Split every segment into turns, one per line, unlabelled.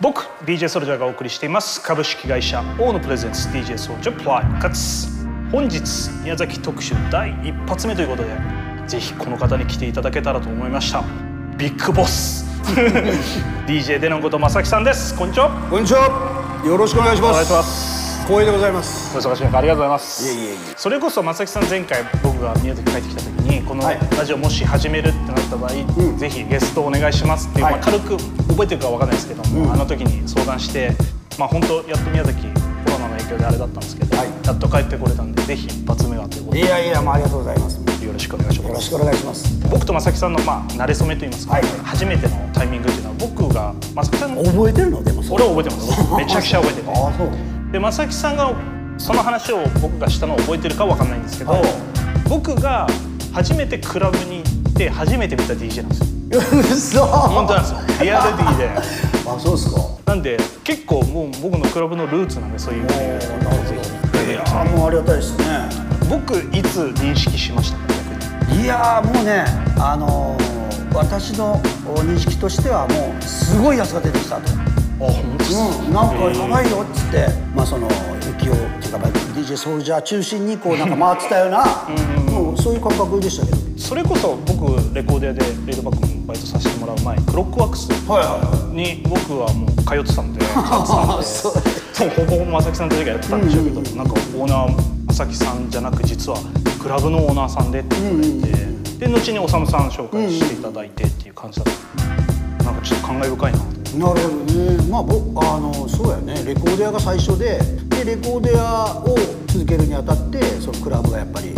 僕 DJ ソルジャーがお送りしています株式会社オーのプレゼンツ DJ ソルジャープライムかつ本日宮崎特集第一発目ということでぜひこの方に来ていただけたらと思いましたビッグボス DJ でのことまさきさんですこんにちは
こんにちは。よろしくお願いします。
お願いします。
光栄でございます。
お忙しい中ありがとうございます
いえいえいえ
それこそ松崎さん前回僕が宮崎帰ってきた時にこの
はい
ラジオもし始めるってなった場合、
うん
ぜひゲストお願いしますっていう、
はい
まあ、軽く覚えてるかわかんないですけども、
うん
あの時に相談してまあ本当やっと宮崎コロナの影響であれだったんですけど、
はい
やっと帰ってこれたんでぜひ一発目はということ
い
で
やいや、もうありがとうございます。よ
よろしくお願いしま
ろ
す
しくお願いします。
僕と松崎さんのまあ慣れ初めといいますか、
はい
初めてのタイミングっていうのは僕が松崎さんの
覚えてるのでもそ
俺を覚えて ますめちゃくちゃ覚えてて
ああ、そう。
で正木さんがその話を僕がしたのを覚えてるかわかんないんですけど、
はい
僕が初めてクラブに行って初めて見た DJ なんですよ
嘘。
本当なんですよリアル DJ
あ、そうですか。
なんで結構もう僕のクラブのルーツなんでそういう
おーなるほど。いや、もうありがたいですね。
僕いつ認識しましたか逆に
いやー、もうね、あのー、私のお認識としては、もうすごいやつが出てきたと。
あ本当です
うん、なんかやばいよっつって、まあその雪をっていうかまあ DJ ソルジャー中心にこうなんか回ってたような、うん、そういう感覚でしたけど。
それこそ僕レコード屋でレールバックのバイトさせてもらう前クロックワックス
はいはいはい。
に僕はもう通ってた んで通ってたんでもうほぼほぼ正木さんと時がやってたんでしょうけど、なんかオーナー正木さんじゃなく実はクラブのオーナーさんでって言われて、で後に修さん紹介していただいてっていう感じだった、なんかちょっと感慨深いなと
なるほどねまあ僕あのそうやねレコード屋が最初ででレコード屋を続けるにあたってそのクラブがやっぱり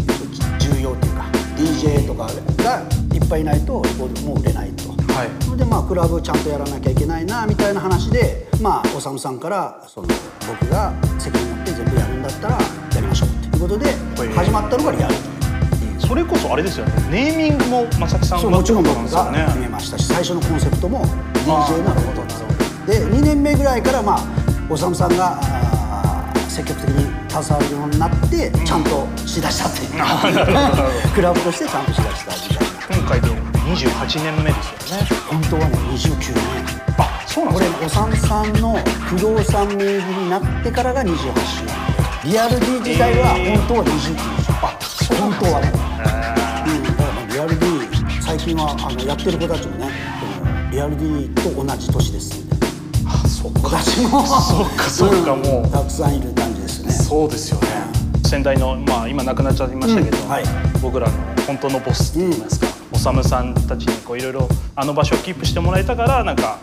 重要っていうか DJ とかがいっぱいいないとレコードも売れないと。
はい
それでまあクラブをちゃんとやらなきゃいけないなみたいな話でまあおさむさんからその僕が責任持って全部やるんだったらやりましょうっていうことで
い
始まったのがリアル
それこそあれですよねネーミングも正木さん
そう
が
もちろん僕
なんですよ
が決め
ね
ましたし最初のコンセプトも DJ なるほどで2年目ぐらいからまあおさむさんがあー積極的に携わるようになってちゃんとしだしたっていう クラブとしてちゃんとしだしたみたいな
今回で28年目ですよね
本当はね29年
あそうなん
こ
で
れ
すか
おさんさんの不動産名義になってからが28周年リアル D 時代は本当は29年あそう本当はねうんだからまあリアル D 最近はあのやってる子たちもねこのリアル D と同じ年ですみたいな
あそっか
子たちも
そっかそっか
ん
もう
たくさんいる感じですね
そうですよね先代の、まあ、今亡くなっちゃいましたけど、
うんはい
僕らの本当のボスって言いますか、おさむさんたちにこういろいろあの場所をキープしてもらえたからなんか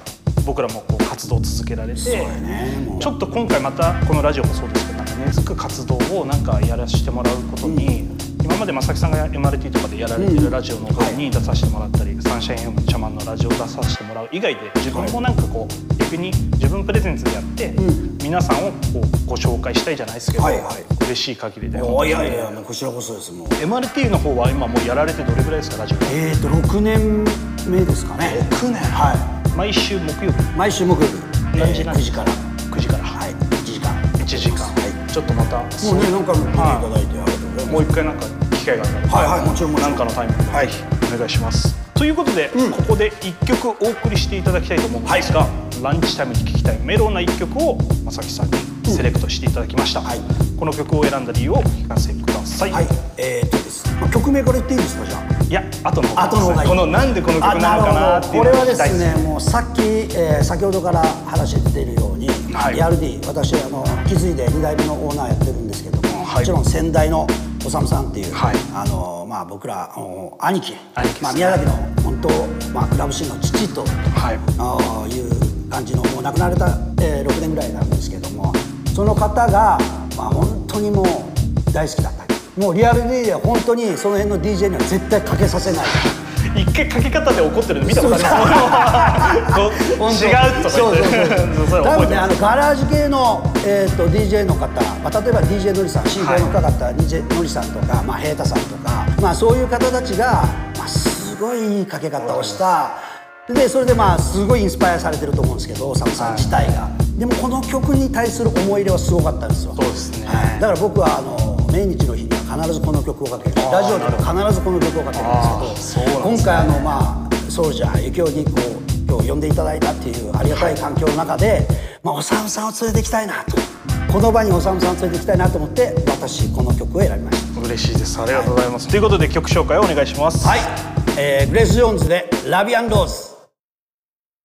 僕らもこう活動を続けられて、
ねもう
ちょっと今回またこのラジオもそうですけどなんか根付く活動をなんかやらせてもらうことに、今まで正木さんが MRT とかでやられてるラジオの方に出させてもらったり、サンシャイン FM チャマンのラジオ出させてもらう以外で自分もなんかこう逆に自分プレゼンツでやって、
ん
皆さんをこうご紹介したいじゃないですけど、
はいはい
嬉しい限りで
いやいやいやこちらこそですもう
MRT の方は今もうやられてどれぐらいですかラジオ
えっと6年目ですかね
6年
は
毎週木曜日
い毎週木曜日
何時
えー
何
9時から
9時から、
はい1時間
1時間、
は
ちょっとまた
いもうね何回も来ていただいてありがとうございます
もう一回なんか機会があったら
はいはいもちろんもちろ
なんんかのタイミングで
はい
お願いしますということで、ここで1曲お送りしていただきたいと思うんですが、ランチタイムに聴きたいメロウな1曲を正木さんにセレクトしていただきました、
はい
この曲を選んだ理由をお聞かせください、
はい、えー、っとですね、まあ曲名から言っていいですか、じゃあ。
いや後の方
後の方がいい
このなんでこの曲なのかなってい
こ
う
れ
のを聞
はで
きたい
すね、もうさっき、えー先ほどから話しているように、
はい
リアル D、私、あの気づいて2代目のオーナーやってるんですけども、
はい
もちろん先代のおさむさんっていう、
はい
あのまあ、僕ら、あの兄貴、
兄貴ですね
まあ、宮崎の本当、まあ、クラブシーンの父と、
はい
あーいう感じのもう亡くなられた、えー6年ぐらいなんですけどもその方が、まあ、本当にもう大好きだったもうリアル D では本当にその辺の DJ には絶対かけさせない
一回かけ方で怒ってるの見たことありま
本
す
当
違うとか
そうそう
言って
そ う
それ
多
覚え
分
て
ね
ま
あのガラージ系の、えー、と DJ の方、まあ、例えば DJ のりさん C5 の深かった DJ のりさんとか、まあ、平太さんとか、まあ、そういう方たちが、まあ、すごいいいかけ方をしたでそれでまあすごいインスパイアされてると思うんですけど大沢さん自体が、でもこの曲に対する思い入れはすごかったんですよ
そうですね
はいだから僕はあの毎日の日には必ずこの曲をかけるラジオでも必ずこの曲をかけるんですけ
あー
ど
そうなんですね
今回あのまあソルジャー雪をにこう今呼んでいただいたっていうありがたい環境の中で、まあ、おさむさんを連れてきたいなとこの場におさむさんを連れてきたいなと思って私この曲を選びました。
嬉しいですありがとうございます、ということで曲紹介をお願いします
はい、えーグレース・ジョーンズで「ラビアン・ローズ」